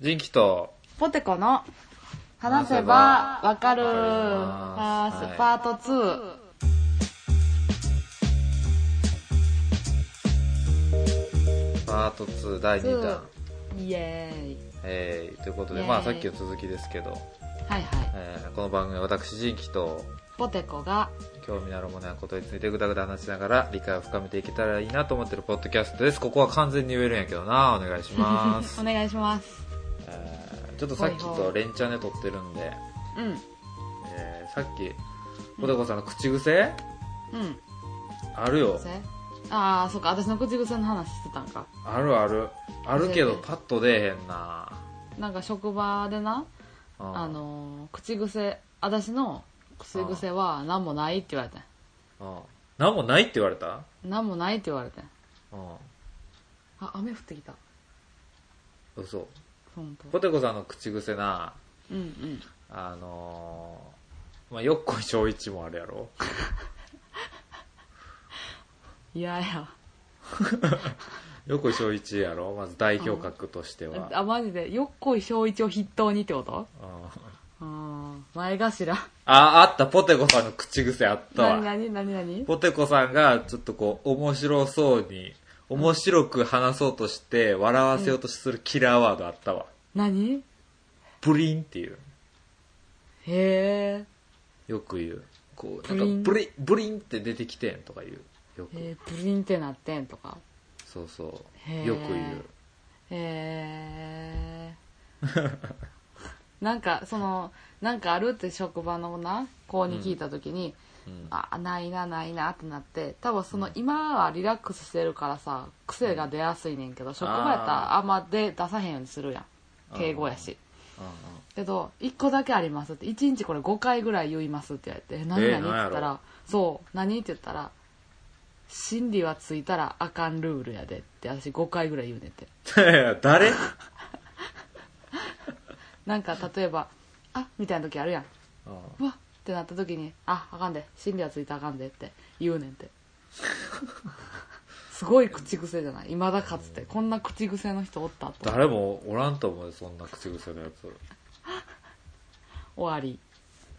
人気と、ポテコの話話せせばばわかるわかりパますはいート2。パート2第2弾。イエーイ。えー、ということで、イエーイまあさっきの続きですけど、はいはい。えーこの番組は私人気と、ポテコが、興味のあるものやことについてぐだぐだ話しながら理解を深めていけたらいいなと思ってるポッドキャストです。ここは完全に言えるんやけどな。お願いします お。願いします。えーちょっとさっきと連チャンで撮ってるんで、うん。えーさっき、ポテコさんの口癖うん。あるよそ。れああ、そっか、私の口癖の話してたんか。あるある。あるけどパッと出えへんな。なんか職場でな、うんあ、のー、口癖、私の口癖は何もないって言われてうん。なんもないって言われたん。何もないって言われてん。うあ、雨降ってきた。ん。嘘。ほんとポ。テコさんの口癖な、うんうん。あのー、まあ、よっこい正一もあるやろ。いやいや。よっこい正一やろ。まず代表格としては。あ、マジで、よっこい小一を筆頭にってことうんうん。前頭。あ、あった、ポテコさんの口癖あったなにわ。なになになにポテコさんが、ちょっとこう、面白そうに、面白く話そうとして、笑わせようとするキラーワードあったわ。なにプリンっていう。へえ。よく言う。こう、プリなんンか、ブリン、ブリンって出てきてんとか言う。よく。えー、プリンってなってんとか。そうそへーう。よく言う。へ ーなんかそのなんかあるって職場のな子に聞いた時に、うんあないなないなってなって多分その今はリラックスしてるからさ癖が出やすいねんけど職場やったらあんまで出さへんようにするやん敬語やしうけど1個だけありますって1日これ5回ぐらい言いますって言われて「え何え何?」って言った何やら「そう何?」って言ったら「心理はついたらあかんルールやで」って私5回ぐらい言うねんってんうん。 いやいや誰なんか例えば「あみたいな時あるやん「うわっ」ってなった時に「ああかんで心理はついたらあかんで」って言うねんて すごい口癖じゃないいまだかつてこんな口癖の人おったと誰もおらんと思うよそんな口癖のやつ。終わり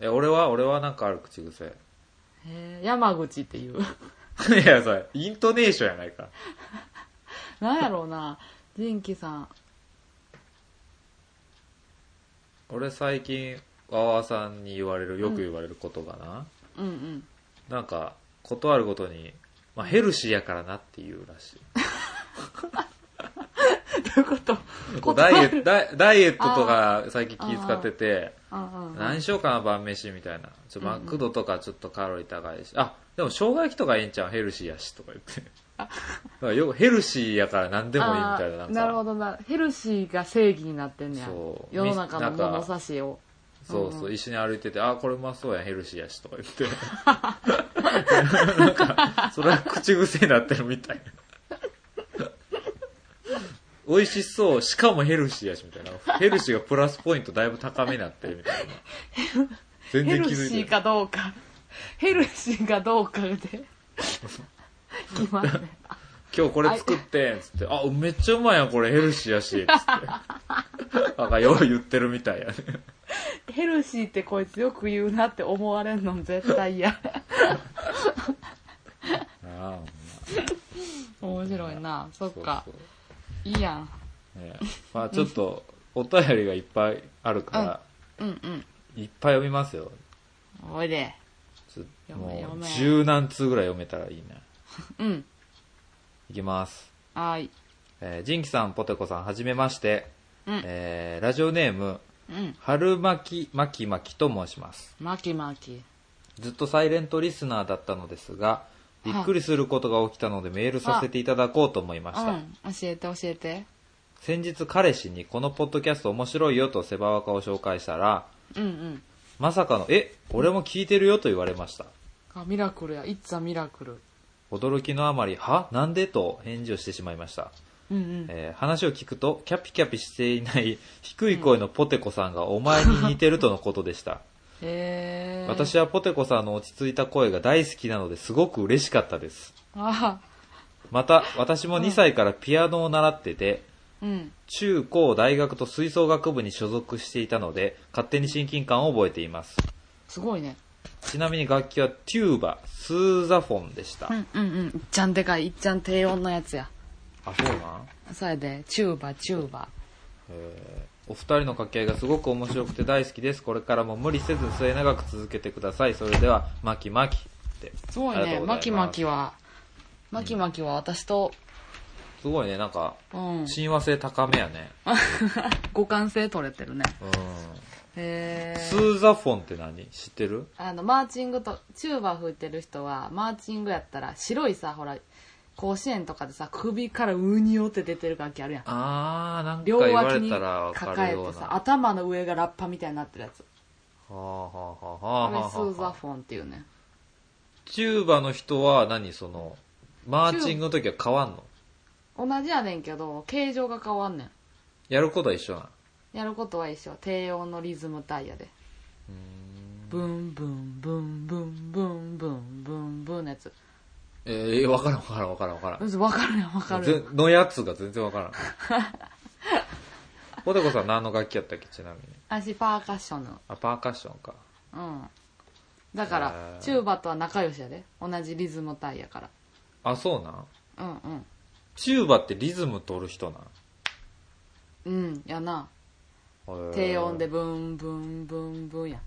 え、俺は、俺はなんかある口癖。 へー山口っていう いや、それ、イントネーションやないか。なんやろうな仁キさん俺最近、わわさんに言われる、よく言われることがな、うんうんなんか、断るごとに、まあ、ヘルシーやからなっていうらしい。どういうことこうダイエット、ダイダイエットとか最近気使ってて、うんうん何しようかな、晩飯みたいな。ちょマクドとかちょっとカロリー高いし、あ、でも生姜焼きとかええんちゃうヘルシーやしとか言って。だからよヘルシーやから何でもいいみたいな。あなんーかなるほどなヘルシーが正義になってんねやそう世の中のみなんか物差しをそうそう、一緒に歩いてて、あ、これうまそうやん、ヘルシーやし、とか言 って。なんか、それは口癖になってるみたいな。美味しそう、しかもヘルシーやし、みたいな。ヘルシーがプラスポイントだいぶ高めになってるみたいな。全ヘ然ル気づシいーてない。かどうかヘルシーかどうかで決まるね今日これ作ってん、つって。あ、めっちゃうまいやん、これヘルシーやし、つって。なんか、よう言ってるみたいやね。ヘルシーってこいつよく言うなって思われるの絶対嫌あ面白いなそっかそうそういいやんねまあちょっとお便りがいっぱいあるから、うんうんいっぱい読みますよ。おいでちょ読めも読うめ十何通ぐらい読めたらいいね。うんいきます。はーいえー、ジンキさん、ポテコさん、はじめまして。うんえー、ラジオネーム、うん春巻き巻き巻きと申します。マキマキずっとサイレントリスナーだったのですが、びっくりすることが起きたのでメールさせていただこうと思いまうした。ん教えて教えて先日彼氏にこのポッドキャスト面白いよとセバワカを紹介したら、うんうんまさかの、え、俺も聞いてるよと言われました。あミラクルやいっつはミラクル驚きのあまり、はなんでと返事をしてしまいました。うんうんえー話を聞くと、キャピキャピしていない 低い声のポテコさんがお前に似てるとのことでした。へえ私はポテコさんの落ち着いた声が大好きなのですごく嬉しかったです。あまた、私も2歳からピアノを習ってて、うん中高大学と吹奏楽部に所属していたので勝手に親近感を覚えていますすごいねちなみに楽器はテューバスーザフォンでした、うんうんうんいっちゃんでかいいっちゃん低音のやつやあそうなんそうやでチューバチューバお二人の掛け合いがすごく面白くて大好きですこれからも無理せず末永く続けてくださいそれではマキマキってすごいありがねとうござマキマキははマキマキは私と、すごいねなんかうん、親和性高めやね互換性取れてるねうんへえスーザフォンって何知ってるあのマーチングとチューバ吹いてる人はマーチングやったら白いさほら甲子園とかでさ首からウニョって出てる楽器あるやんあーなんか言両わ脇れにたらわか抱るえようてなさ頭の上がラッパみたいになってるやつはあはあはあこはあれはスあはーザあフォンっていうねチューバの人は何そのマーチングの時は変わんの同じやねんけど形状が変わんねんやることは一緒なやることは一緒低音のリズムタイヤでブンブンブンブンブンブンブンブンのやつえー、分からん分からん分からん分からんうそ分かるやん分かるやんぜのやつが全然わ からんポテコさん何の楽器やったっけちなみに私パーカッションのあパーカッションかうんだからへーチューバとは仲良しやで同じリズムタイヤからあそうなんうんチューバってリズム取る人なんうんうんやなへー低音でブンブンブンブンや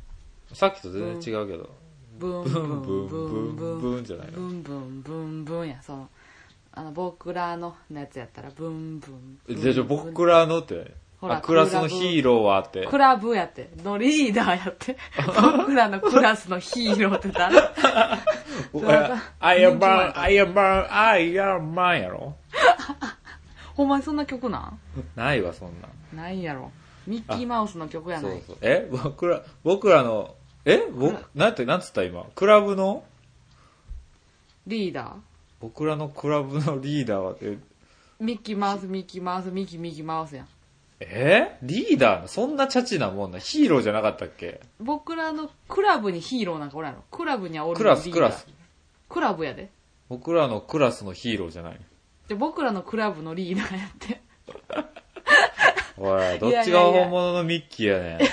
さっきと全然違うけど、ブンブブンンブブンンブブンンブブンンブンじゃないのブンブンブンブンやそのあの僕らののやつやったらブンブンブンじゃあじゃあ僕らのってほらあクラスのヒーローはってクラブやってのリーダーやって 僕らのクラスのヒーローって誰 おラブアイアンマ ンアイアンマンアイアンマンやろほんまにそんな曲なないわそんなんないやろミッキーマウスの曲やそなういそうえ僕ら僕らのえ僕なんてなんつった今クラブのリーダー僕らのクラブのリーダーはってミッキーマウスミッキーマウスミッキーミッキーマウスやんえーリーダーそんなチャチなもんなヒーローじゃなかったっけ僕らのクラブにヒーローなんかおらんやろクラブには俺クのラスリークダーラスクラブやで僕らのクラスのヒーローじゃないで僕らのクラブのリーダーやっておいどいっやちいがやいや本物のミッキーやねん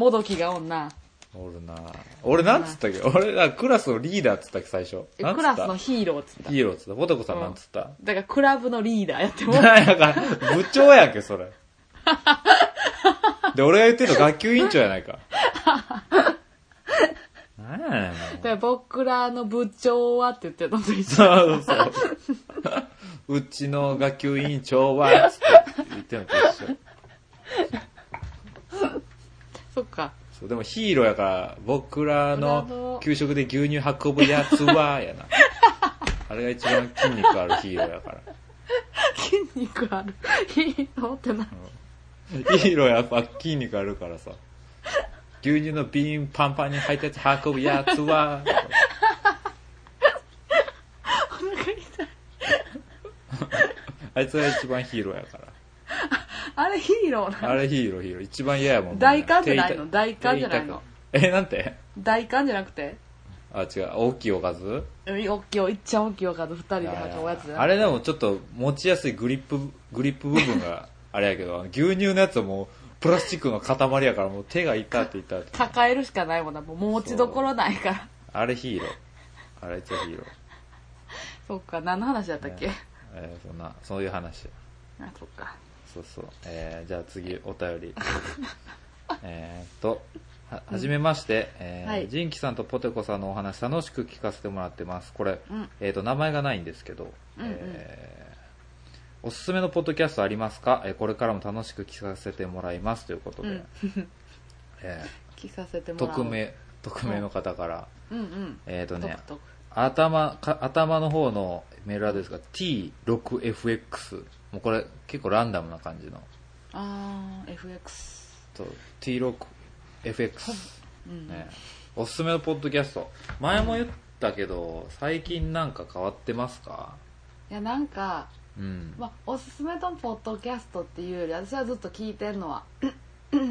もどきがおんなおるな俺なんつったっけ俺なクラスのリーダーっつったっけ最初えなんつクっラスのたヒーローっつったヒーローっつったポテコさんなんつった、だからクラブのリーダーやってもなんか、部長やんけ、 それ。で、俺が言ってるの学級委員長やないか。なんやねんもだから僕らの部長はって言ってたのと一う。緒そうそうそう。うちの学級委員長は、つって言ってんのと一緒。そっかそう、でもヒーローやから、僕ら僕らのの給食で牛乳運ぶやつは、や な。あれが一番筋肉あるヒーローやから。筋肉あるヒーローってなヒーローやっぱ筋肉あるからさ。牛乳の瓶パンパンに入ったやつ運ぶやつは、お腹痛いあいつが一番ヒーローやから。あれヒーローなあれヒーローヒーロー。一番嫌やもん、ね。大寒じゃないの手痛大寒じゃないの手痛くえ、なんて大寒じゃなくてあ、違う。大きいおかずうんおっきいおいっちゃん大きいおかず二人で履くおやつじゃあなくてれでもちょっと持ちやすいグリップ、グリップ部分が あれやけど、あの牛乳のやつはもうプラスチックの塊やからもう手が痛って痛って。抱えるしかないもんなもう持ちどころないからあれヒーロー。あれいつはヒーロー。そっか何の話だったっけ、ねえーそんな、そういう話。あそっかそうそう。えーじゃあ次、お便 り。えーっと、は、はじめまして、えーはいジンキさんとポテコさんのお話楽しく聞かせてもらってます。これ、うんえーっと、名前がないんですけど、うんうんえーおすすめのポッドキャストありますか、えーこれからも楽しく聞かせてもらいますということで、うん え聞かせてーもらおう匿名、匿名の方から、うんうんえーっとトねク、トク頭か頭の方のメールアドレスが T6FX。もうこれ結構ランダムな感じの。あー FX と T ロック FX、うん、ね、おすすめのポッドキャスト前も言ったけど、最近なんか変わってますかいやなんか、うん、まあ、おすすめのポッドキャストっていうより私はずっと聞いてんのは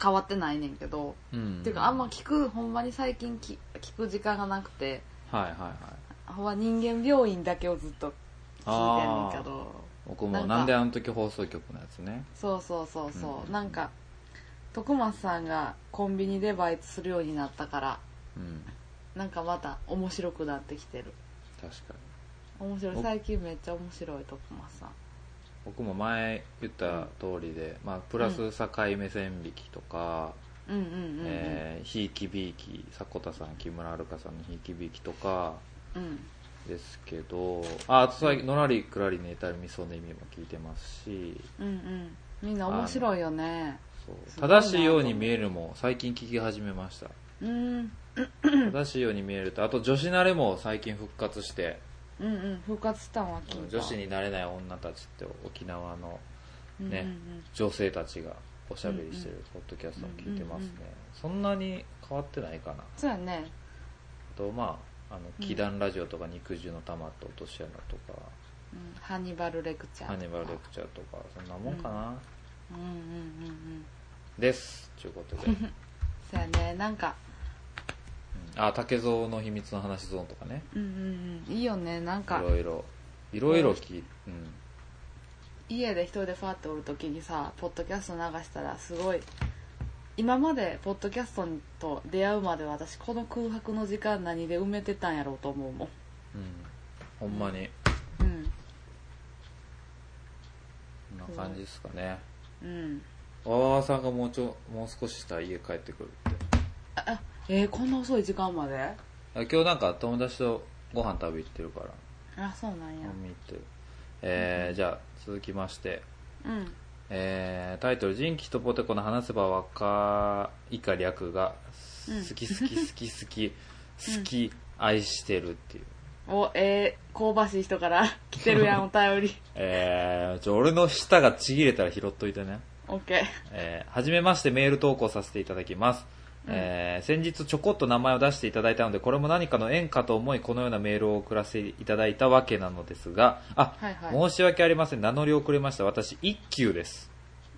変わってないねんけど、うん、っていうかあんま聞くほんまに最近き聞く時間がなくてはいはいはいほんま人間病院だけをずっと聞いてんけど僕なもんかなんであの時放送局のやつねそうそうそうそう、うんなんか徳松さんがコンビニでバイトするようになったからうんなんかまた面白くなってきてる確かに面白いお最近めっちゃ面白い徳松さん僕も前言った通りで、まあ、プラス境目線引きとか、うんうんうんうん、えーひいきびいき迫田さん木村遥さんのひいきびいきとかうんですけどああと最近のらりくらりネタルみそねみも聞いてますしうんうんみんな面白いよねそうすごいな正しいように見えるも最近聞き始めましたうんうん正しいように見えるとあと女子慣れも最近復活してうん復活したんは聞いた女子になれない女たちって沖縄のうんうんねうん女性たちがおしゃべりしてるポッドキャストを聞いてますね、うんうんそんなに変わってないかなそうやねあとまああのうん祈願ラジオとか肉汁の玉と落とし穴とか、うんハニバルレクチャーハニバルレクチャーとかそんなもんかな、うんうんうんうんですということで、うんそうやねなんかあ竹蔵の秘密の話ゾーンとかねうんうんうんいいよねなんいかろいろいろいろ聞いうん家で一人でファーっておる時にさポッドキャスト流したらすごい今までポッドキャストと出会うまで私この空白の時間何で埋めてたんやろうと思うもんうんほんまにうんこんな感じですかねうんわわわさんがもうちょもう少ししたら家帰ってくるってああえー、こんな遅い時間まであ今日なんか友達とご飯食べ行ってるからあそうなんや飲み行ってるえーじゃあ続きましてうんえータイトル「人気とポテコの話せばわか以下略がうん好き好き好き好 き好き愛してる」っていう、おえー、香ばしい人から 来てるやんお便りえーちょ俺の舌がちぎれたら拾っといてねオッケーえーはじめましてメール投稿させていただきます、うんえー先日ちょこっと名前を出していただいたのでこれも何かの縁かと思いこのようなメールを送らせていただいたわけなのですがあ、はいは申し訳ありません名乗り遅れました私一休です、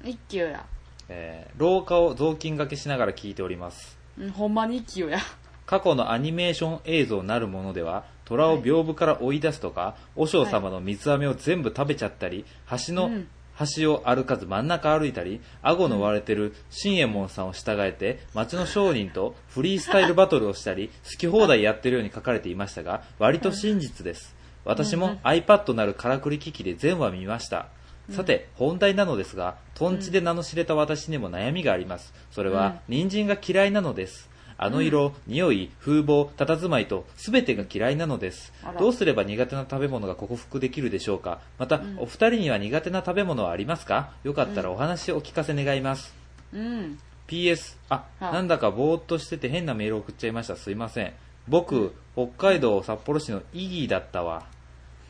い一級や、えー廊下を雑巾掛けしながら聞いておりますうん、ほんまに一級や過去のアニメーション映像なるものでは虎を屏風から追い出すとか和尚様の水飴を全部食べちゃったり橋の、うん端を歩かず真ん中歩いたり顎の割れてる新右衛門さんを従えて町の商人とフリースタイルバトルをしたり好き放題やってるように書かれていましたが割と真実です私うんうもん iPad なるからくり機器で全話見ましたさて本題なのですがとんちで名の知れた私にも悩みがありますそれは人参が嫌いなのですあの色、匂い、風貌、佇まいと全てが嫌いなのですあらどうすれば苦手な食べ物が克服できるでしょうかまた、お二人には苦手な食べ物はありますかよかったらお話をお聞かせ願います、うん、 PS あ、はいなんだかぼーっとしてて変なメール送っちゃいましたすいません僕北海道札幌市のイギーだったわ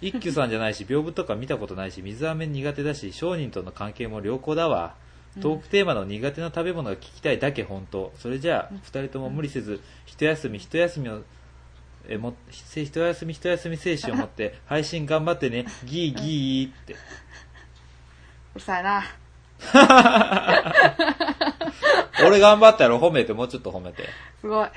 一休さんじゃ ないし屏風とか見たことないし水飴苦手だし商人との関係も良好だわトークテーマの苦手な食べ物が聞きたいだけ本当それじゃあ二人とも無理せず一休み一休みをえもせ一休み一休み精神を持って 配信頑張ってねギーギーってうるさいな俺頑張ったやろ褒めてもうちょっと褒めてすごい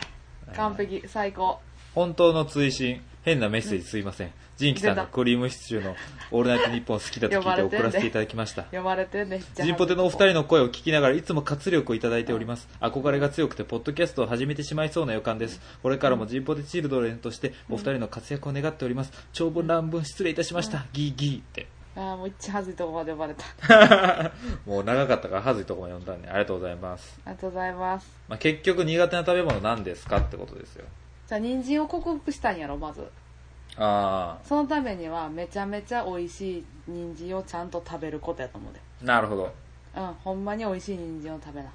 完璧最高本当の追伸変なメッセージすいませんジンキさんが出たクリームシチューの「オールナイトニッポン」好きだと聞いて送らせていただきました呼ばれてねジンポテのお二人の声を聞きながらいつも活力をいただいております憧れが強くてポッドキャストを始めてしまいそうな予感ですこれからもジンポテチルドレンとしてお二人の活躍を願っております長文乱文失礼いたしましたギーギーってああもう一はずいとこまで呼ばれたもう長かったからはずいとこも読んだんでありがとうございます、ありがとうございますまあ、結局苦手な食べ物何ですかってことですよじゃあ人参を克服したんやろまずあそのためにはめちゃめちゃ美味しい人参をちゃんと食べることやと思うであなるほどうんほんまに美味しい人参を食べな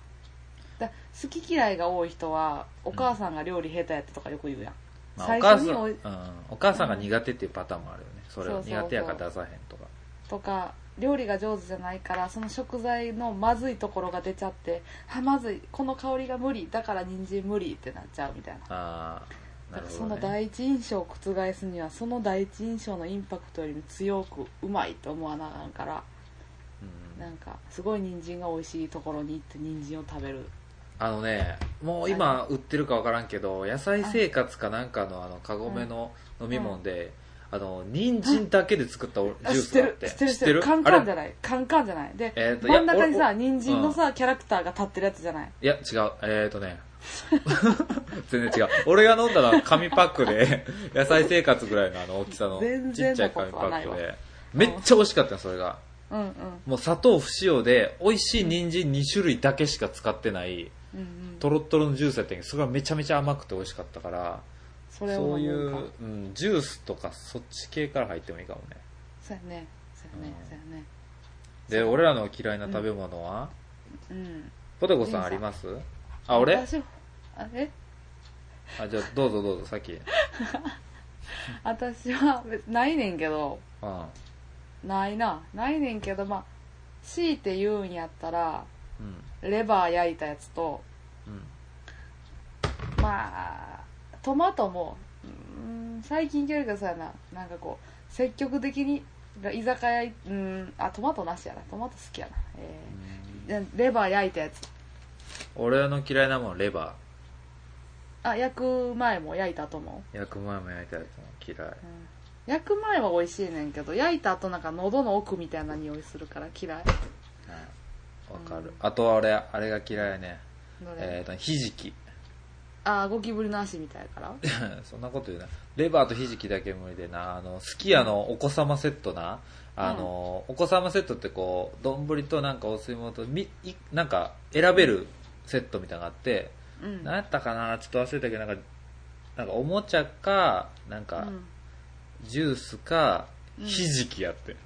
だ好き嫌いが多い人はお母さんが料理下手やったとかよく言うやん、まあ、お最母初さん、にうおいん、お母さんが苦手っていうパターンもあるよね。それそをうそうそう苦手やから出さへんとか。とか料理が上手じゃないからその食材のまずいところが出ちゃってあまずいこの香りが無理だから人参無理ってなっちゃうみたいなああ、なるだからほそど、のね。第一印象を覆すにはその第一印象のインパクトよりも強くうまいと思わなあかんからうんなんかすごい人参が美味しいところに行って人参を食べるあのね、もう今売ってるかわからんけど、野菜生活かなんかのあの、カゴメの飲み物で、あの人参だけで作ったおジューあ知っスてがあっるて知ってる知ってるカンカンじゃないカンカンじゃないで、えーといや真ん中にさ俺人参のさ、キャラクターが立ってるやつじゃないいや、違う。えーとね。 全然違う。俺が飲んだのは紙パックで、 野菜生活ぐらいのあの大きさの、全ちっ然ちゃないこ紙とパはないッわクで。めっちゃ美味しかったよ、それが。うんうんもう砂糖不使用で、美味しい人参2種類だけしか使ってない、うんうんとろっとろのジュースやったんやけど、それがめちゃめちゃ甘くて美味しかったから、それをそうい飲むかう、うん、ジュースとかそっち系から入ってもいいかもね。そうやねそうやねうんそうやねで、俺らの嫌いな食べ物は、うんポテコさんありますあ、俺私あれあ、じゃあどうぞどうぞ、さっき。うん。私は別ないねんけどうん。ないなないねんけどまあ強いて言うんやったらレバー焼いたやつとうん。まあトマトもうん最近よりかさななんかこう積極的に居酒屋いうんあトマトなしやなトマト好きやな、えーレバー焼いたやつ俺の嫌いなもんレバあ焼く前も焼いた後も、ー焼く前も焼いたやつも嫌いうん焼く前は美味しいねんけど焼いた後なんか喉の奥みたいな匂いするから嫌いわかる、あとは俺あれが嫌いやねどれえっ、とひじきあゴキブリの足みたいやから そんなこと言うなレバーとひじきだけ無理でなあのすき家のお子様セットなあの、お子様セットってこう丼となんかお吸い物とみいなんか選べるセットみたいなのがあって、うんなん、何やったかなちょっと忘れたけどなんかなんかおもちゃかなんか、うんジュースか、うんひじきやって。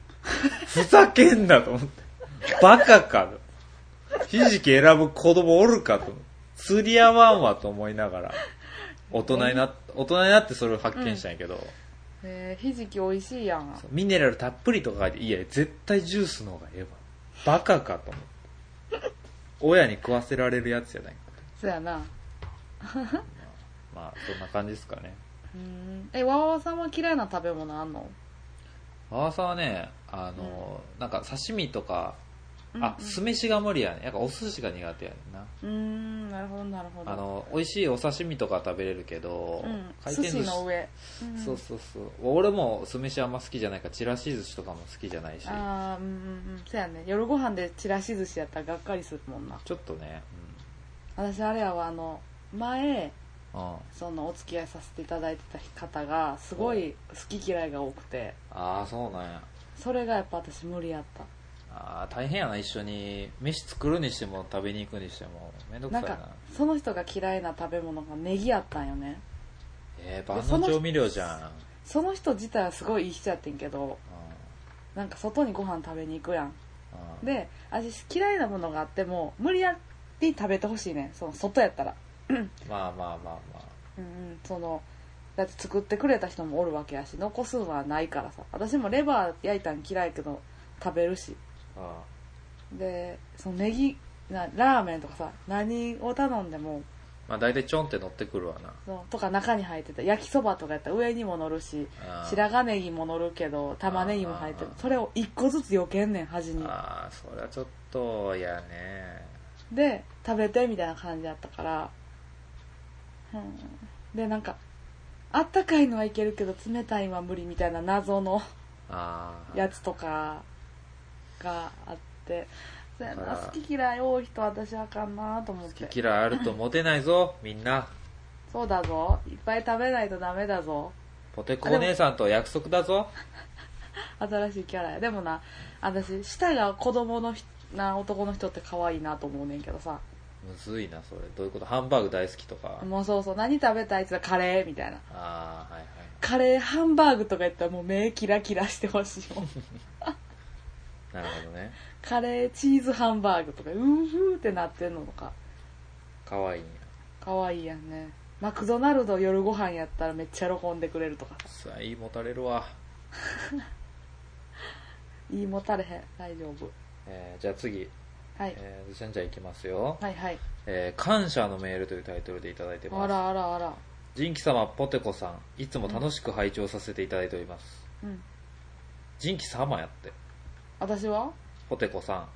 ふざけんなと思って。バカかと。ひじき選ぶ子供おるかと思って。釣り合わんわと思いながら。大人になっ、大人になってそれを発見したんやけど、えーひじき美味しいやんそうミネラルたっぷりとか書いて、いや、絶対ジュースの方がええわ。バカかと思って。親に食わせられるやつやないかそやなと。まあ、そんな感じですかね。うんえわわわさんは嫌いな食べ物あんの馬場さんはね、あの、なんか刺身とか、うんあ、酢飯が無理やね。やっぱお寿司が苦手やねんな。うーんなるほどなるほどあの、美味しいお刺身とか食べれるけど、うん、回寿転司寿司の上、うんそうそうそう。俺も酢飯あんま好きじゃないから、ちらし寿司とかも好きじゃないし、ああうんうんうんそやね夜ご飯でちらし寿司やったらがっかりするもんなちょっとね、私あれやわあの前うん。うん、あそのお付き合いさせていただいてた方がすごい好き嫌いが多くてあー、そうなんや。それがやっぱ私無理やったあー大変やな、一緒に。飯作るにしても、食べに行くにしても。めんどくなさんいな。かその人が嫌いな食べ物がネギやったんよねえー、万そ能の調味料じゃん。うんその人自体はすごいいい人やってんけどなんか外にご飯食べに行くやうんんで私嫌いなものがあっても無理やり食べてほしいねんその外やったらまあまあまあまあ。うんうんそのだって作ってくれた人もおるわけやし残すのはないからさ私もレバー焼いたん嫌いやけど食べるしあでそのネギなラーメンとかさ何を頼んでもまあ大体ちょんって乗ってくるわな。そのとか中に入ってた焼きそばとかやったら上にも乗るしあー白髪ネギも乗るけど玉ねぎも入ってるそれを一個ずつ避けんねん端にあー、そりゃちょっと、いやね。で食べてみたいな感じだったから、うん、でなんかあったかいのはいけるけど冷たいのは無理みたいな謎のああ。やつとかがあってそうやだなから好き嫌い多い人は私はあかんなと思っ好てき嫌いあるとモテないぞ、みんな。そうだぞいっぱい食べないとダメだぞポテコお姉さんと約束だぞ。新しいキャラやでもな私舌が子供のひな男の人って可愛いなと思うねんけどさむずいな、それ。どういうことハンバーグ大好きとか。もうそうそう何食べたいって言ったらカレーみたいなああ、はいはい。カレーハンバーグとか言ったらもう目キラキラしてほし いもんなるほどね。カレーチーズハンバーグとかうーふーってなってんのとかかわいいな。可愛いやんねマクドナルド夜ご飯やったらめっちゃ喜んでくれるとかさあ、いいもたれるわ。言いもたれへん大丈夫、えーじゃあ次。はい、えー、ずしんじゃんいきますよ。はいはいえー感謝のメールというタイトルでいただいてあます。らあらあらジンキ様、ポテコさん、いつも楽しく拝聴させていただいております。うんジンキ様やって。私はポテコさん。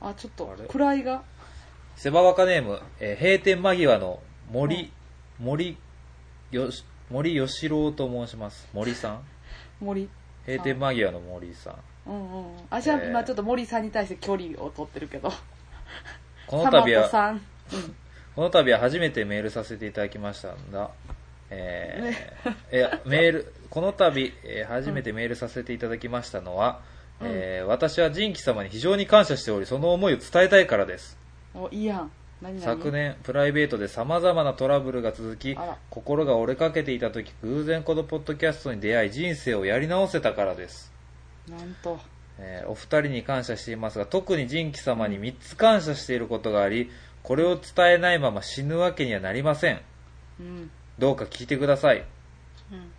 あちょっとあれ位がセバワカネーム、えー閉店間際の森、森よし、森吉郎と申します。森さん森閉店間際の森さん。うんうんあじゃあえー今ちょっと森さんに対して距離を取ってるけどこの度は、さんこの度は初めてメールさせていただきましたんだ。えー、いや、メール、この度、えー初めてメールさせていただきましたのは、うんえー私は仁貴様に非常に感謝しており、その思いを伝えたいからです。おいいやん何々昨年、プライベートで様々なトラブルが続きあら、心が折れかけていた時、偶然このポッドキャストに出会い、人生をやり直せたからです。なんとえーお二人に感謝していますが特に仁貴様に3つ感謝していることがありこれを伝えないまま死ぬわけにはなりませんうんどうか聞いてくださいうん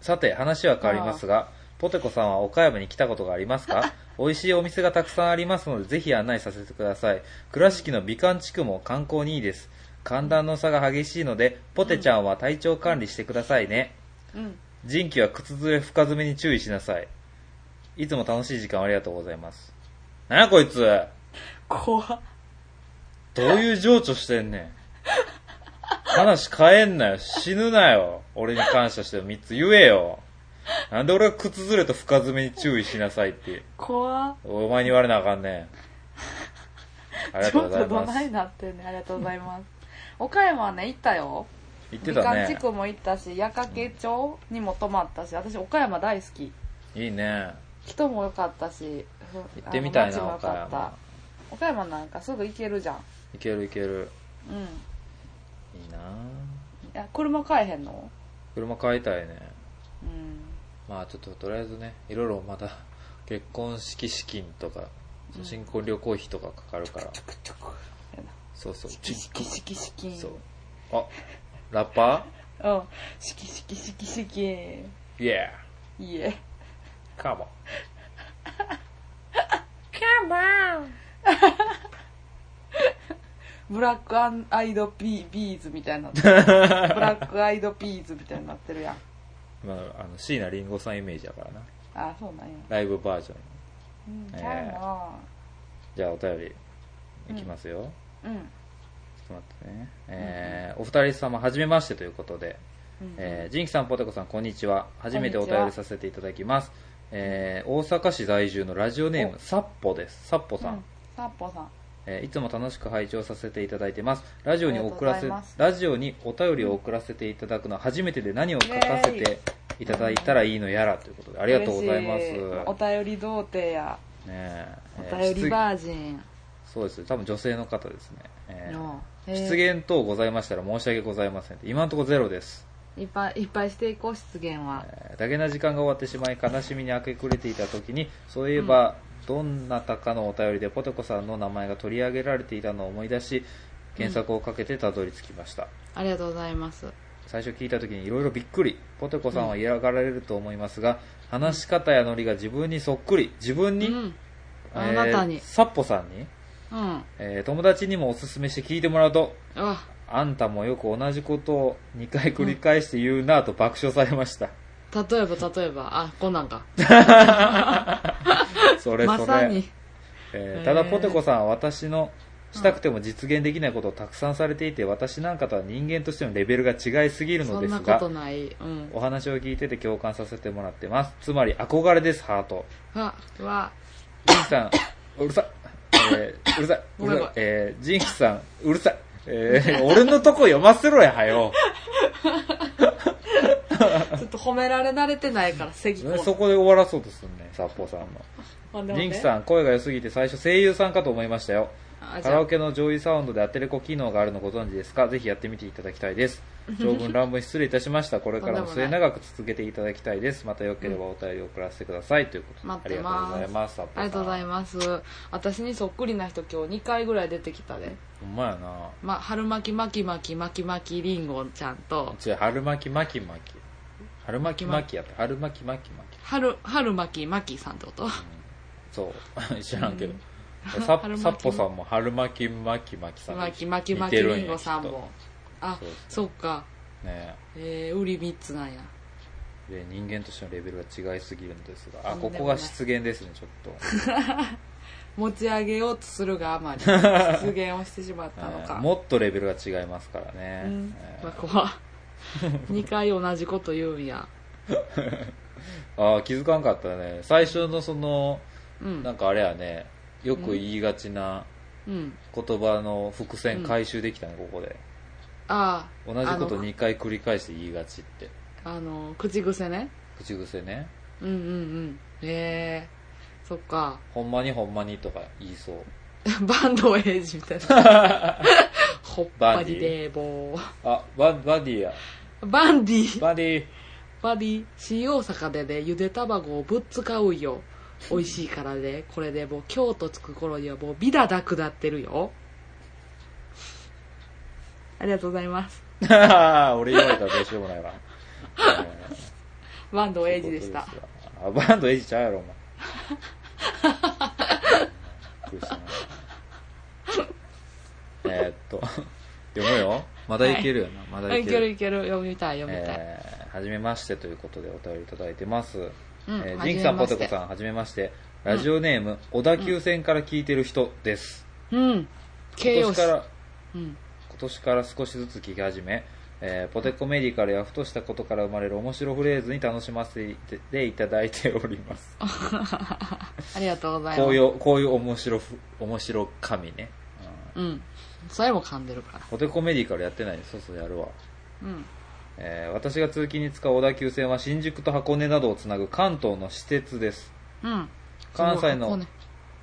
さて話は変わりますがポテコさんは岡山に来たことがありますか美味しいお店がたくさんありますのでぜひ案内させてください倉敷の美観地区も観光にいいです寒暖の差が激しいのでポテちゃんは体調管理してくださいね、うん人気は靴ずれ深詰めに注意しなさい。いつも楽しい時間をありがとうございます。なんやこいつ怖っどういう情緒してんねん。話変えんなよ。死ぬなよ。俺に感謝して3つ言えよ。なんで俺が靴ずれと深詰めに注意しなさいって、怖っお前に言われなあかんねん。ありがちとうごょっざいとどますな。いなってんねありがとうございます 岡山はね行ったよ言って美た観地ね。区も行ったし矢掛町にも泊まったし私岡山大好きいいね。人も良かったしふ行ってみたいあな、の街岡も良かった山。岡山なんかすぐ行けるじゃんいけるいける。うんいいいなや車買えへんの車買いたいね。うんまあちょっととりあえずね、いろいろまだ結婚式資金とか、うん新婚旅行費とかかかるから、ちょくちょくそうそう、シキシキシキシキそう。あ、ラッパうんシキシキシキシキいー ?Yeah! えカモンブラックアンアイドピービーズみたいになって るブラックアイドピーズみたいになってるやん今の、あの、椎名林檎さんイメージやからな。あそうなんやライブバージョン。うんええちゃうなじゃあお便り、いきますよ。うんちょっと待ってね。えーお二人様、はじめましてということで、うんえー、ジンキさん、ポテコさん、こんにちは。初めておこ便んにりちさせていただきます。えー大阪市在住のラジオネーム、サッポです。サッポさうんんサッポさんえーいつも楽しく拝聴させていただいてます。ラジオに送らあせりがとうございますラジオにお便りを送らせていただくのは初めてで何を書かせイエーていただいたらいいのやらということであありがとうございます。ねお便り童貞やえお便りーバージン質そうです。多分女性の方ですね。えーの失言等ございましたら申し訳ございません。今のところゼロです。いっぱいいっぱいしていこう失言はえーだけな時間が終わってしまい悲しみに明け暮れていた時にそういえば、どんなたかのお便りでポテコさんの名前が取り上げられていたのを思い出し検索をかけてたどり着きました、ありがとうございます最初聞いた時にいろいろびっくりポテコさんは嫌がられると思いますが、話し方やノリが自分にそっくり自分に、うんえあなたにサッポさんに、うんえー友達にもおすすめして聞いてもらうとああんたもよく同じことを2回繰り返して言うなぁと爆笑されました、例えば例えばあこんなんかそれそれ、まさにえーへーただポテコさんは私のしたくても実現できないことをたくさんされていて、私なんかとは人間としてのレベルが違いすぎるのそでんなすこがとないうんお話を聞いてて共感させてもらってますつまり憧れですハートあはジンキさんうるさい、えーうるさいうごめんるごさめいん、えージンキさんうるさい、えー俺のとこ読ませろやは よちょっと褒められ慣れてないからせぎ込そむこで終わらそうとすんねんサッポーさんのほんでほんでジンキさん声が良すぎて最初声優さんかと思いましたよあじカゃラあオケの上位サウンドでアテレコ機能があるのご存知ですかぜひやってみていただきたいです。 長文乱文失礼いたしました。これからも末永く続けていただきたいです。またよければお便りを送らせてください。ということで、待ってますありがとうございます。あありがとうございま。ます私にそっくりな人今日2回ぐらい出てきたですほんまやな。ま、春巻き巻き巻き巻き巻きりんごちゃんと違う、春巻き巻き巻き。春巻き巻きやった。春巻き巻き巻き。春春巻き巻きさんってことそう。 知らんけど。うんさ春巻きさっぽさんも春巻き巻き巻きさんと巻き巻き似巻きてるりんんごや3きっ本あそうそっかとねえー、売り3つなんやで人間としてのレベルが違いすぎるんですがあとこんでこもがない失言ですねちょっと持ち上げようとするがあまり出現をしてしまったのえーか もっとレベルが違いますからね、う んえーまあ怖2回同じこと言うんやああ、気づかんかったね。最初のその、うんなんかあれやね、よく言いがちなうん言葉の伏線回収できたね、ここで。ああ同じことあの2回繰り返して言いがちって。あの口癖ね口癖ね。うんうんうんへえそっか ほんまにほんまにとか言いそう。バンドエイジみたいな ほっぱりでーぼーあ、ババディや。バンディバディ。バディ新大阪でねゆで卵をぶっつかうよ美味しいからねこれでもう京都着く頃にはもうビダダ下ってるよありがとうございます 俺言われたらどうしようもないわ。バンドうんエイジでした。あバンドエイジちゃうやろ、お前。びっくりしたなえーっと、読むよ。まだいけるよな。まだあいいけけるる。いける読みたい読みたい、えーはじめましてということでお便りいただいてます。うんえーはじめましてジンキさん、ポテコさん、はじめまして。ラジオネーム、小田急線から聞いてる人です。うん今形容年詞から、うん今年から少しずつ聞き始め、えーポテコメディカルやふとしたことから生まれる面白フレーズに楽しませていただいております。ありがとうございますこういう、こういう面白ふ、面白神ね。うんうんそれも噛んでるからポテコメディカルやってないね。そうそう、やるわ。うんえー私が通勤に使う小田急線は新宿と箱根などをつなぐ関東の私鉄です。うん関西ここのね、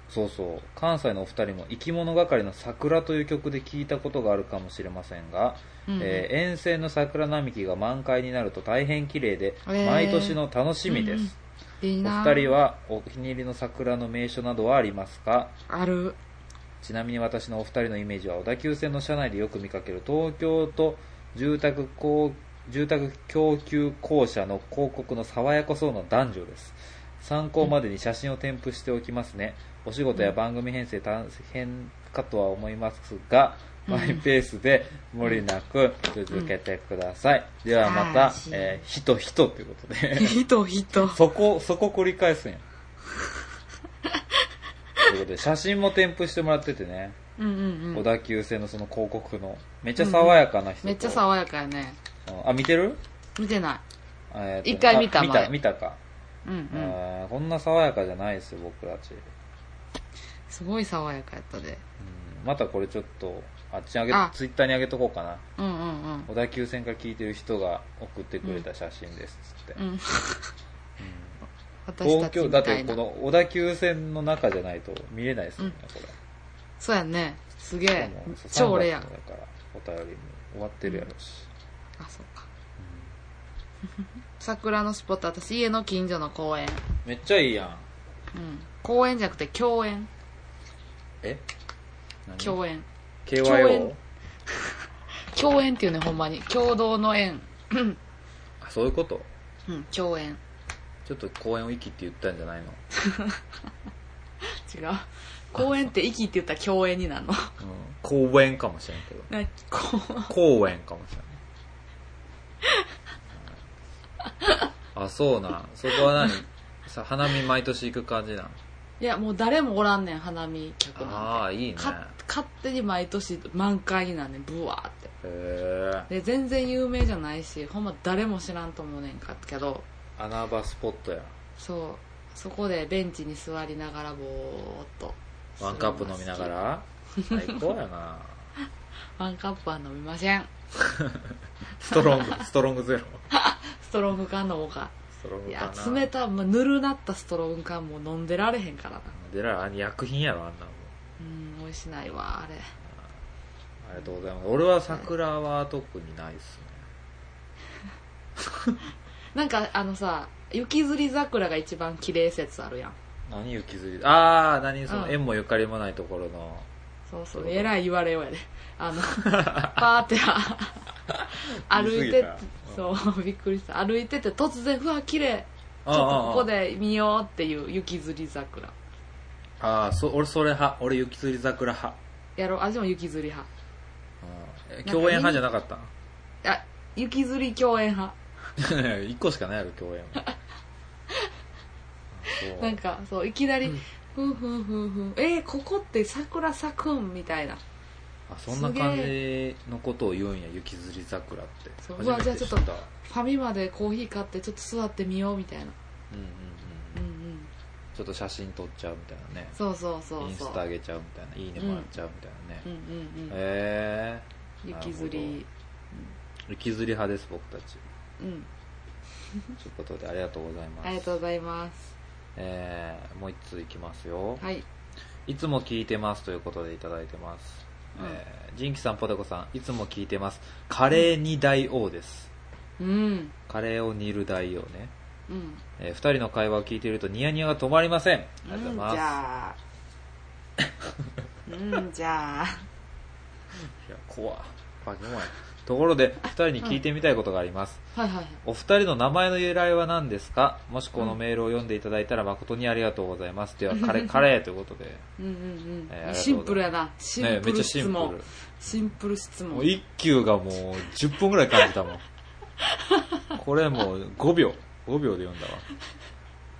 そうそう関西のお二人も「生き物係の桜」という曲で聞いたことがあるかもしれませんが、うんうんえー沿線の桜並木が満開になると大変綺麗で、へー毎年の楽しみです、いいなお二人はお気に入りの桜の名所などはありますかある ちなみに私のお二人のイメージは小田急線の車内でよく見かける東京と住宅公住宅供給公社の広告の爽やかそうな男女です参考までに写真を添付しておきますね、お仕事や番組編成大変かとは思いますが、マイペースで無理なく続けてください、ではまあた「ーえー、人人」ということで 人人そこ、そこ繰り返 すんや。ということで、写真も添付してもらっててね、うんうんう小ん田急線のその広告の、めっちゃ爽やかな人と、めっちゃ爽やかやねうんあ、見てる見てないえーと一回見たあ見た、前見たか、うんうんあーこんな爽やかじゃないですよ、僕たち。うんすごい爽やかやったでまたこれちょっと、あっちにあげあ、ツイッターにあげとこうかな。うんうんうん小田急線から聞いてる人が送ってくれた写真です、つってう。ん私た東ち京、みだったていこなの小田急線の中じゃないと見れないですよね、これ。そうやねすげえもうさ超レア3月だからお便りも終わってるやろし、あそうか 桜のスポット私家の近所の公園めっちゃいいやんうん公園じゃなくて共園え共園 KYO? 共園っていうねほんまに共同の園あそういうことうん共園ちょっと公園を息って言ったんじゃないの、違う公園って息って言ったら共園になる の公園かもしれんけどなこう公園かもしれん あそうなんそこは何さ花見毎年行く感じなんいやもう誰もおらんねん花見客あなんあていいねか勝手に毎年満開になんねんブワーってへえで全然有名じゃないしほんま誰も知らんと思うねんかけど穴場スポットやそうそこでベンチに座りながらぼーっとワンカップ飲みながら最高やなワンカップは飲みませんストロン グストロングゼロストロング缶飲もうかストロンいグやかな冷たまあぬるなったストロング缶も飲んでられへんからなでらあの薬品やろあんなもんうん美味しないわあれありがとうございます俺は桜は特にないっすねなんかあのさ雪吊り桜が一番綺麗説あるやん何雪吊りああ何そのうん縁もゆかりもないところのそうそそううだえらい言われようやで あのパーってあ歩い言いて過ぎそうびっくりした歩いてて突然うわ綺麗ちょっとここで見ようっていう雪吊り桜ああああそ俺それ派俺雪吊り桜派やろう味も雪吊り派うんえか共演派じゃなかったあ雪吊り共演派ん 一個しかないやろ共演 はあそうなんかそういきなり、ふんふんふんふんえー、ここって桜咲くんみたいなあそんな感じのことを言うんや雪吊り桜ってそう初めうわじゃあちてょっ知とったファミマでコーヒー買ってちょっと座ってみようみたいなうんうんううんんうんちょっと写真撮っちゃうみたいなねそうそうそうそうインスタ上げちゃうみたいないいねもらっちゃうみたいなね、うんうんうんへえ雪吊り雪吊り派です僕たちうんということでありがとうございますありがとうございますえーもう一通いきますよ、はいい、つも聞いてますということでいただいてます、うんえージンキさんポテコさんいつも聞いてますカレーに大王です、うんカレーを煮る大王ね、うんえ2人の会話を聞いているとニヤニヤが止まりませんありがとうございます、うんじゃあうんじゃあ いや怖っバケモンやところで2人に聞いてみたいことがあります、 はいはいはいお二人の名前の由来は何ですかもしこのメールを読んでいただいたら誠にありがとうございます。では、カ レー、カレーということで。うんうんえーありがとうございうんますシンプルやなシねンプル質シン問プシンプル質ル。も問う一級がもう10分ぐらい感じたもん。 これもう5秒。5秒で読んだわ。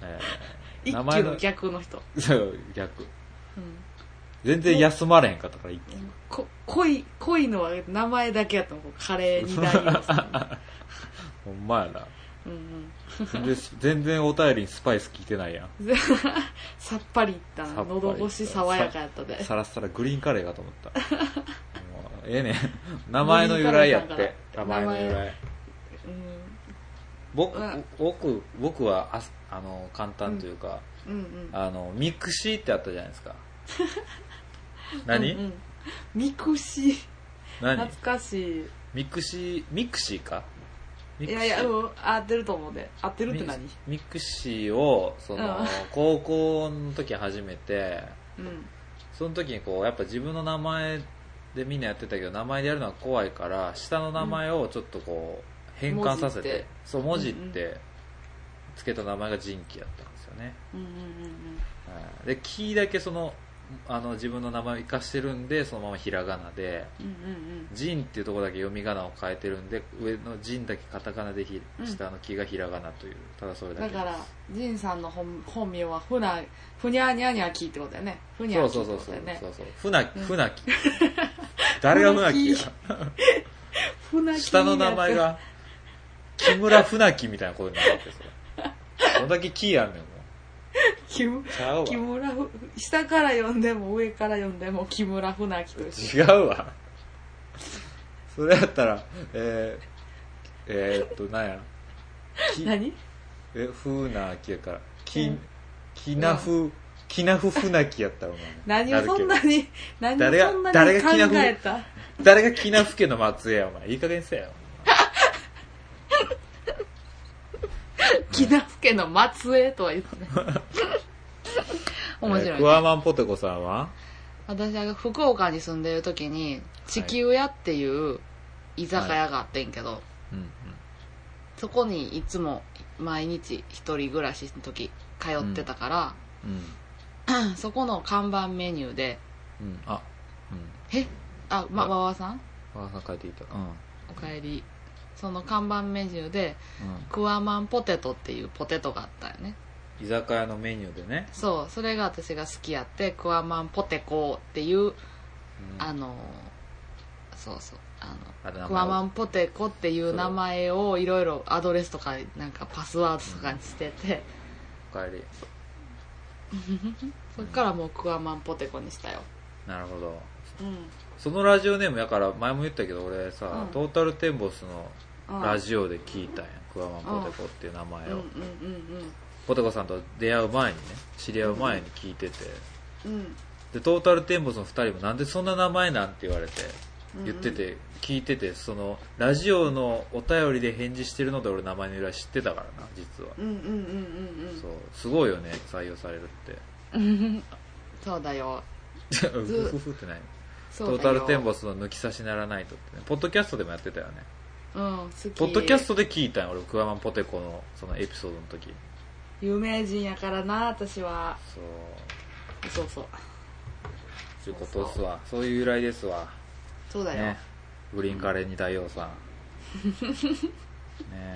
えー一級の逆の人、 そう逆。うん、全然休まれへんかったから、一級。こ濃い濃いのは名前だけやと思うカレーに代用さんほんまやな。うんうん全然、 全然お便りにスパイス効いてないやん。 さっぱりいったさなっぱり喉越し爽やかやったでさらさらグリーンカレーかと思 った。もうええねん。名前の由来やっグリーてン。カ名レーなん前かの由来。うん僕うん僕僕はあすあの簡単というか、うんうんあのミクシーってあったじゃない ですか何、うんうんミクシー何懐かしミクシーミクシーかいミいクシーやいやうん合ってると思うで合ってるって何ミミクシーをその、うん高校の時始めてうんその時にこうやっぱ自分の名前でみんなやってたけど名前でやるのは怖いから下の名前をちょっとこう変換させて,、文字ってそう文字ってつけた名前が仁気やったんですよね、うんうんはいで「キ」だけそのあの自分の名前を生かしてるんでそのままひらがなでうんうんうん「ジン」っていうところだけ読み仮名を変えてるんで上の「ジン」だけカタカナでひうん下の「キ」がひらがなというただそれうんだけだですから仁さんの本本名はふなふにゃにゃにゃきってことだよねふにそゃうきそっうてそうことそだうよねそうそう船木船木誰が船木やふなき下の名前が木村船木みたいなことになるわけですよそんだけ「キ」やんねんもキムうちゃうわ木村ふ下から読んでも上から読んでも木村船木と一緒違うわそれやったらえー、えー、っとなんやき何え風なきやからうきんきなふきなふふなきやったらお前 何をそんなるに何誰がをそんな誰にが考木村えたけど誰がきなふ家の松江やお前いい加減にせえよ木名付けの松江とは言ってない面え白ーい、クワマンポテコさんは私が福岡に住んでる時に地球屋っていう居酒屋があってんけど、うんうんそこにいつも毎日一人暮らしの時通ってたから、うんそこの看板メニューでうんあうんえあまあ馬場さんあなんか書いていたうんおかえりその看板メニューでうんクワマンポテトっていうポテトがあったよね居酒屋のメニューでね、そうそれが私が好きやってクワマンポテコっていううんあのそうそうああれ名の前クワマンポテコっていう名前をいろいろアドレスとかなんかパスワードとかにしてておかえりそっからもうクワマンポテコにしたよなるほどうんそのラジオネームやから前も言ったけど俺さ、うんトータルテンボスのうんラジオで聞いたんや、クワマンポテコっていう名前うんを、うんうんポテコさんと出会う前にね知り合う前に聞いてて、うんうんでトータルテンボスの2人もなんでそんな名前なんて言われてうん言ってて、聞いててそのラジオのお便りで返事してるので俺名前の由来知ってたからな実は、うんうんうんそうすごいよね採用される ってうんうんそうだよふふふってないそトうだーよタルテンボスの抜き差しならないとってねポッドキャストでもやってたよねうん好きポッドキャストで聞いたんよ俺クワマンポテコのそのエピソードの時有名人やからな私はそうそうそうということですわそういう由来ですわそうだよ、ねグリーンカレーに大王 さんねえ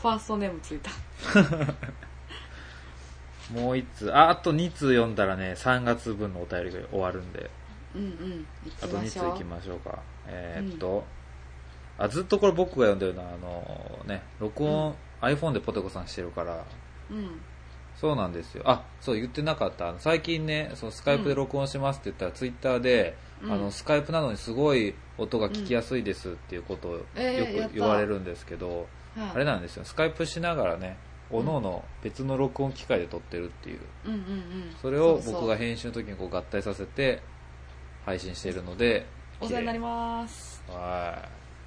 ファーストネームついたもう一通、あ、あと2通読んだらね、3月分のお便りが終わるんで、うんうん行あきとま2しつょういきましょうか。えーっと、あ、ずっとこれ僕が読んでるのは、あのね、録音、iPhone でポテコさんしてるから、うんそうなんですよ。あ、そう言ってなかった。あの最近ね、そのスカイプで録音しますって言ったら、ツイッターで、うんあの、スカイプなのにすごい音が聞きやすいですっていうことをよえーやくった言われるんですけど、はいあれなんですよ。スカイプしながらね、おのおの別の録音機械で撮ってるっていう。うんうんうんそれをうそう僕が編集の時にこう合体させて配信しているので、お世話になりまますす。は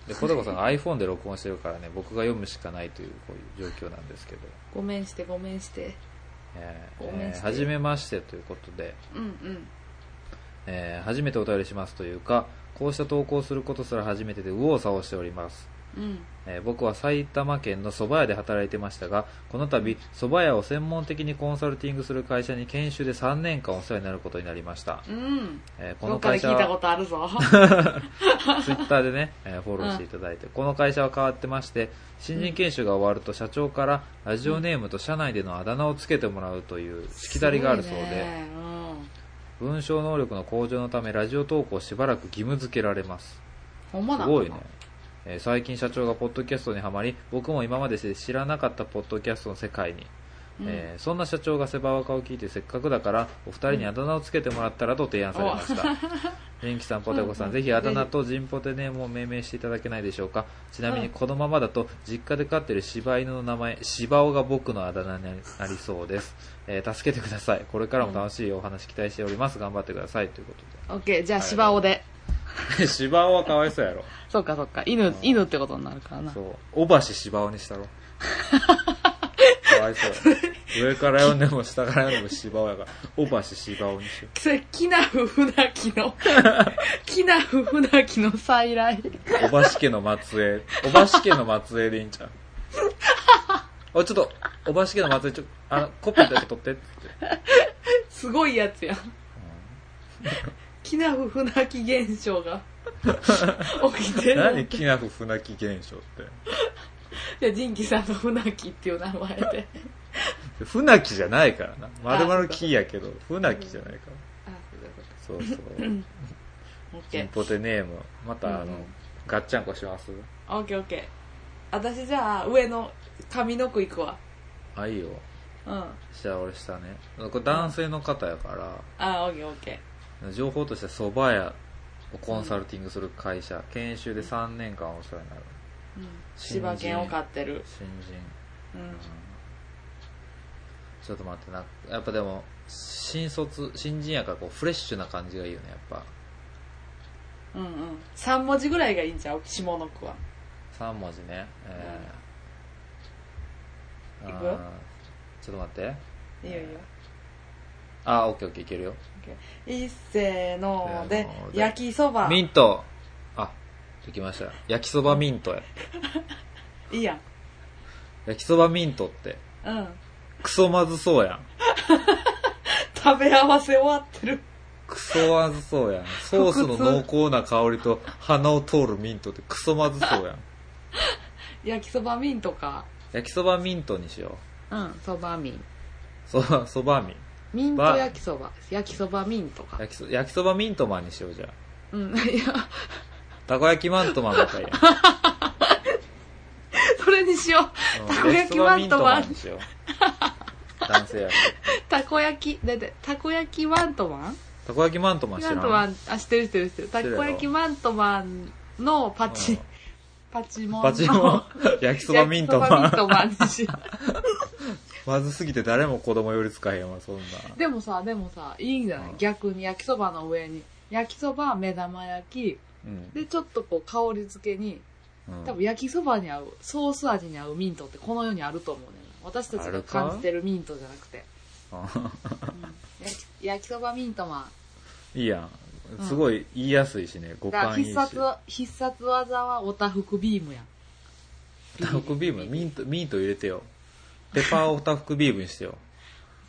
い。で、ポテコさんが iPhone で録音してるからね、僕が読むしかないというこういう状況なんですけど。ごめんしてごめんしてえーごめんえしてーはじめましてということで、うんえー初めてお便りしますというか、こうした投稿することすら初めてで右往左往しております。うんうんえー僕は埼玉県の蕎麦屋で働いてましたがこの度蕎麦屋を専門的にコンサルティングする会社に研修で3年間お世話になることになりました、うんえーこどのっかで会社聞いたこはとあ るぞツイッターでね、 えーフォローしていただいて、この会社は変わってまして新人研修が終わると社長からラジオネームと社内でのあだ名をつけてもらうというしきたりがあるそうで、すごいねうん文章能力の向上のためラジオ投稿をしばらく義務付けられますほんまなのすごいね、えー最近社長がポッドキャストにはまり僕も今まで知らなかったポッドキャストの世界に、うんえーそんな社長がセバワカを聞いてせっかくだからお二人にあだ名をつけてもらったらと提案されました 元気さんポテコさうんんぜひあだ名と人ポテネームを命名していただけないでしょうかちなみにこのままだと実家で飼ってる柴犬の名前柴尾が僕のあだ名になりそうです、えー助けてくださいこれからも楽しいお話期待しております頑張ってくださいというこオッケーじゃあ芝生でと で柴尾はかわいそうやろそっかそっか犬犬ってことになるからなそう。小橋芝生にしたろ。かわいそう。上から読んでも下から読んでも芝生やから、小橋芝生にしよそれキナフフナキ のキナフフナキの再来う。小橋家の末裔。小橋家の末裔でいいんちゃうおいちょっと、小橋家の末裔、ちょ、あの、コピーだけ取ってって言って。すごいやつやんキナフフナキ現象 が起きてる何きなふ船木現象って。いやジンキさんのフナキっていう名 前で船木じゃないからな。丸々木やけど、船木じゃないから。あそういそうそうこう。とオッジケーンポテネーム。また、あうんうのん、ガッチャンコしますオッケーオッケー私じゃあ上の上の句いくわあ、いいよ。うんあ下俺下ねこれ男性の方やからオッケーオッケ情報として蕎麦屋をコンサルティングする会社、研修で3年間お世話になるー、うん、柴犬を飼ってる新人、うんちょっと待ってなやっぱでも新卒新人やからこうフレッシュな感じがいいよねやっぱうんうん3文字ぐらいがいいんちゃう下の句は3文字ねえーうんいくあーちょっと待っていいよいいよあオッケーオッケーいけるよいっせーのでせーので焼きそばミントあできました焼きそばミントやいいやん焼きそばミントってうんクソまずそうやん食べ合わせ終わってるクソまずそうやん。ソースの濃厚な香りと鼻を通るミントってクソまずそうやん。焼きそばミントか焼きそばミントにしようんそばミンう。そば、そばミン。ミントば焼きそば焼きそばミントか焼きそ、焼きそばミントマンにしようじゃあ。うん いやたこ焼きマントマンだったらいいそれにしよやんう たこ焼きマントマ焼きそばミンンにしよう。男性やからたこ焼きだってたこ焼きマントマンたこ焼きマントマン知マらンん。トマンあ知ってる知ってる知ってるたてるやろこ焼きマントマンのパチ、うんパチモンのパチ モン。焼きそばミントマ焼きそン。ばミントマンにしよまずすぎて誰も子供より使えへんわ、そんな。う でもさでもさいいんじゃない、うん逆に焼きそばの上に焼きそば目玉焼きうん。でちょっとこう香り付けにうん多分焼きそばに合うソース味に合うミントってこの世にあると思うねんな私たちが感じてるミントじゃなくて、うん焼き焼きそばミントマンいいやん。すごい言いやすいしね、五だから感いい必し。殺必殺技はおたふくビームやんタフクビームミントミント入れてよペッパーをタフクビームにしてよ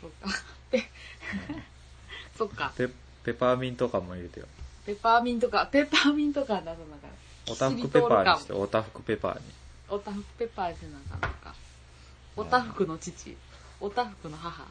そっかペ そっかペペパーミント感も入れてよペッパーミントかペッパーミント感出さなあかんオタフクペパーにしておタフクペパーにおたふくペッパーにせなあかんのかおたふくの父おたふくの母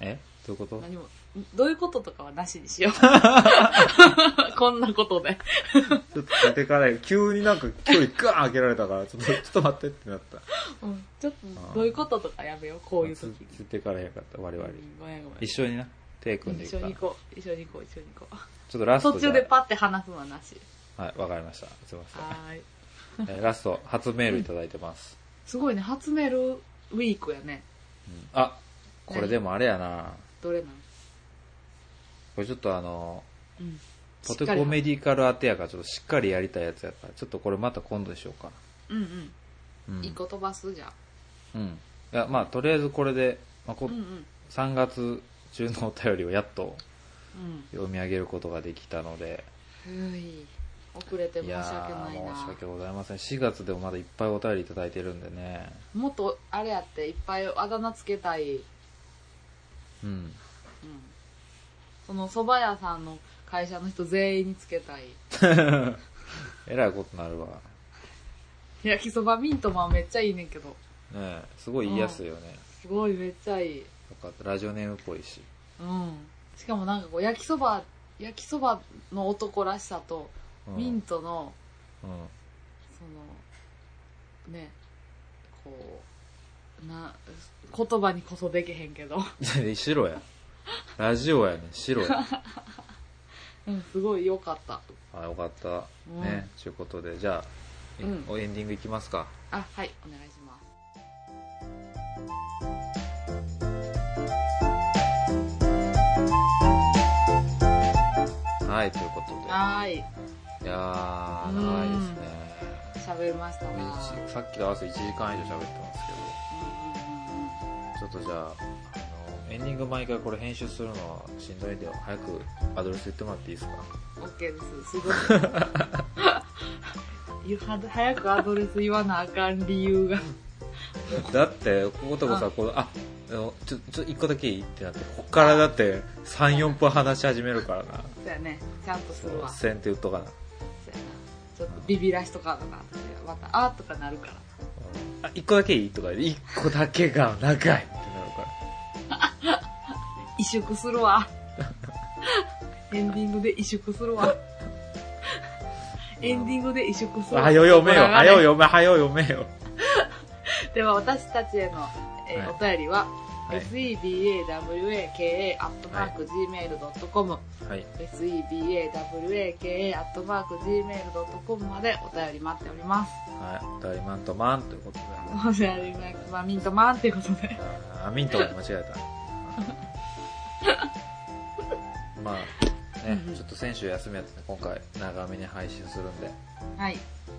えどういうこと何もどういうこととかはなしにしよ うこんなことでちょっと出てかない。急になんか距離ガーン開けられたから、ちょっと、ちょ っと待ってってなった。うんちょっとどういうこととかやめようこういう時つつってからへんかった、我々。うんごめんごめん一緒にな、手組んでい一く緒から。にち行ょこう一緒に行こう一緒に行こうっとラスト途じゃ中でパッて話すのはなしはい、わかりました。すいまはーいせん。えーラスト、初メールいただいてます。すごいね初メールウィークやねうんあ、これでもあれやな。どれなのこれちょっとあの、うんポテコメディカル当てやから、ちょっとしっかりやりたいやつやから、ちょっとこれまた今度でしようか。うんうんうん。一個飛ばすじゃあうん。いや、まあ、とりあえずこれで、まあこうんうん3月中のお便りをやっとうん読み上げることができたので、ふい遅れて申しいや訳ないーな申し訳ございません4月でもまだいっぱいお便りいただいてるんでねもっとあれやっていっぱいあだ名つけたい、ううん、んその蕎麦屋さんの会社の人全員につけたいえらいことになるわね焼きそばミントマンめっちゃいいねんけどえすごい言いやすいよね、すごいめっちゃいいよかったラジオネームっぽいしうんしかもなんかこう焼きそば焼きそばの男らしさと、うんミントのうんそのねこうな言葉にこそできへん けど白やラジオやね白やうんすごい良かったあよかったうんねと、いうことでじゃあ、いうんおエンディングいきますかあはいお願いしますはいということではーいいやー長いですね喋りましたな一さっきと合わせ1時間以上喋ってますけどうちょっとじゃあ、あのエンディング毎回これ編集するのはしんどいんで、早くアドレス言ってもらっていいですかんうんうん OK ですす ごい言うは早くアドレス言わなあかん理由がだって、男さん、こう、あ、あのちょ、ちょ、一個だけいいってなって、こっからだって、3、4分話し始めるからな。そうやねちゃんとすそるうわ、そう先手打っとかな。やなちょっとビビらしとかだなってまたあーとかなるからあ、一個だけいいとか言って、一個だけが長いってなるから。萎縮する わエンディングで萎縮するわエンディングで萎縮するはよ読めよ、ここらはがねよ読め、はよ読めよ。では私たちへの、えーお便りは、はい sebawaka.gmail.com、はい。 sebawaka.gmail.com までお便り待っております。はい。大マントマンということで。お便りなくばミントマンってことで。あミントも間違 えたまあねうんちょっと先週休みやったんで今回長めに配信するんで、はい。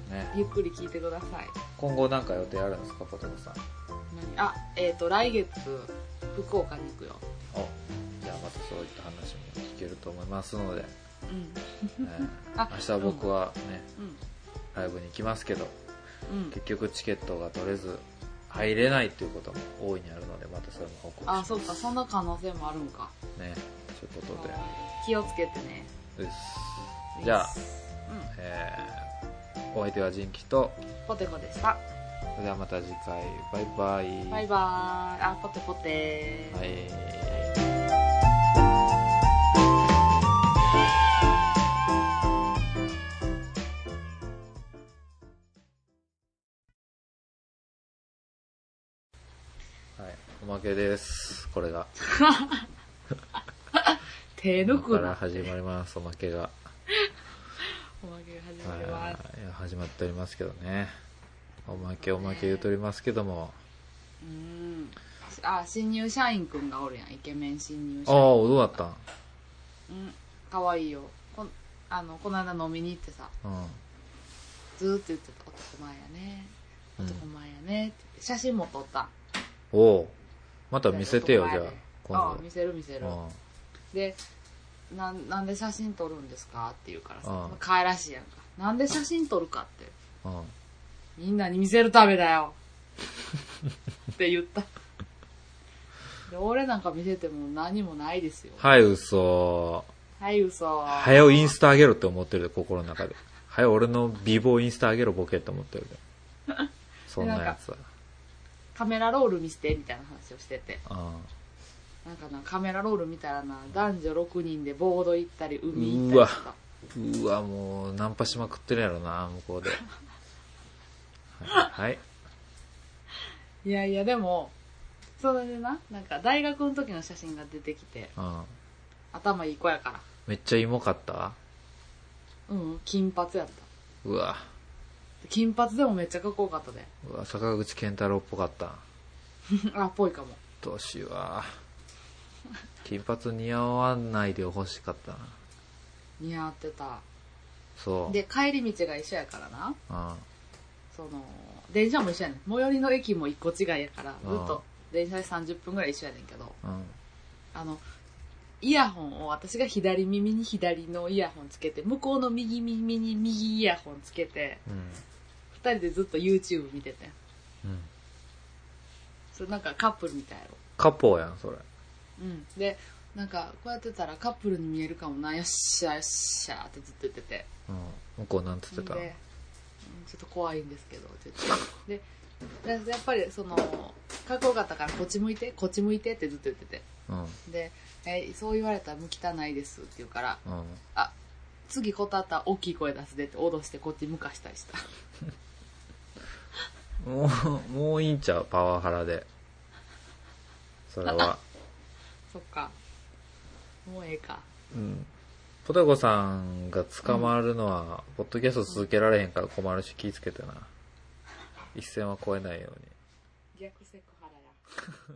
ね、ゆっくり聞いてください。今後なんか予定あるんですかポテコさん何あ、えっ、と、来月、福岡に行くよ。おじゃあまたそういった話も聞けると思いますので、ね、う あ明日僕はねん。うん。ライブに行きますけどうん。結局チケットが取れず入れないということも大いにあるのでまたそれも報告しあ、ますそうか、そんな可能性もあるんか。ねということ気をつけてね。でですじゃあ、うん。えーお相手はジンキとポテコでした。それではまた次回バイバイバイバーイ。あ、ポテポテー。はいはいおまけですこれが手こ抜こくからな。始まりますおまけがおまけが始まりはます。いいや始まっておりますけどねおまけおまけ言うとりますけどもうん。あ、新入社員くんがおるやん。イケメン新入あ社あ員。どうだったんうん。かわいいよ。こんあの、この間飲みに行ってさ、うんずーっと言ってた。男前やね。うん男前やね。って言って写真も撮った。おおまた見せてよじゃあ今あ度見せる見せる。うんでなん、なんで写真撮るんですかって言うからさ、うんまあ可愛らしいやんか。なんで写真撮るかって。うんみんなに見せるためだよって言ったで俺なんか見せても何もないですよはい、嘘。はい嘘はよインスタ上げろって思ってるで、心の中で。はよ俺の美貌インスタ上げろボケって思ってるで。そんなやつは。カメラロール見せてみたいな話をしててうんなんかなカメラロール見たらな男女6人でボード行ったり海行ったうりわしたうわもうナンパしまくってるやろな向 こうではい、はい、いやいやでもそれでななんか大学の時の写真が出てきてうん頭いい子やからめっちゃイモかったうん金髪やったうわ金髪でもめっちゃかっこよかったで うわ坂口健太郎っぽかったあっぽいかもどうしよう金髪似合わないで欲しかったな似合ってたそうで帰り道が一緒やからなうんその電車も一緒やねん最寄りの駅も一個違いやからずっああと電車で30分ぐらい一緒やねんけどうんあのイヤホンを私が左耳に左のイヤホンつけて向こうの右耳に右イヤホンつけてうん2人でずっと YouTube 見ててんうんそれなんかカップルみたいやろカポーやんそれうんでなんかこうやってたらカップルに見えるかもなよっしゃよっしゃってずっと言っててうん向こうなんつってたでうんちょっと怖いんですけどって言ってででやっぱりそのかっこよかったからこっち向いてこっち向いてってずっと言っててうんうんでえそう言われたら「向きたないです」って言うから「あ次こたったら大きい声出すで」って脅してこっち向かしたりしたもう もういいんちゃうパワハラでそれ はそっかもうええかうんポテコさんが捕まるのは、ポッドキャスト続けられへんから困るし気ぃつけてな一線は越えないように逆セクハラや